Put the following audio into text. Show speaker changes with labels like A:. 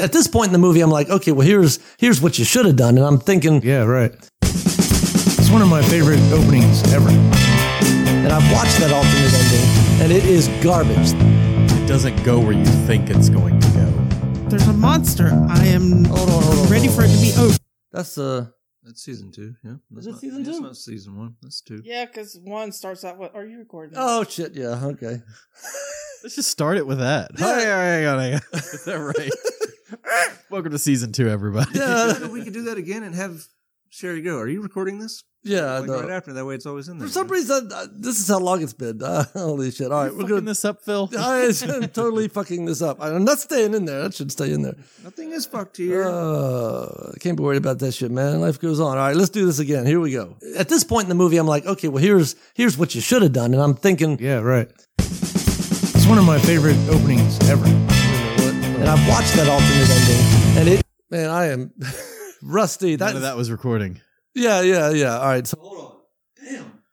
A: at this point in the movie, I'm like, okay, well, here's here's what you should have done, and I'm thinking,
B: Yeah, right. It's one of my favorite openings ever.
A: and I've watched that alternate ending, and it is garbage.
C: It doesn't go where you think it's going to go.
D: There's a monster. I am
A: Hold on, hold on,
D: ready
A: hold
D: for it to be over.
A: That's uh,
E: That's season two. Yeah. That's
A: it
E: not,
A: season
E: That's
A: two?
E: not season one. That's two.
D: Yeah, because one starts out. What are you recording?
A: oh shit, yeah, okay.
C: Let's just start it with that.
A: Yeah.
C: Hey, hang on, hang on. Is that right? Welcome to season two, everybody.
A: Yeah,
E: we could do that again and have Sherry go. Are you recording this?
A: yeah.
E: Like
A: no.
E: right after. That way, it's always in there.
A: For some reason, uh, this is how long it's been. Uh, holy shit! All right, we're
C: Fucking
A: good.
C: this up, Phil.
A: I am totally fucking this up. I'm not staying in there. That should stay in there.
E: nothing is fucked here.
A: Uh, can't be worried about that shit, man. Life goes on. All right, let's do this again. Here we go. At this point in the movie, I'm like, okay, well, here's here's what you should have done, and I'm thinking,
B: Yeah, right. It's one of my favorite openings ever.
A: and I've watched that alternate ending, and it, man, I am rusty.
C: None
A: That,
C: of that was recording.
A: yeah, yeah, yeah. All right, so hold on.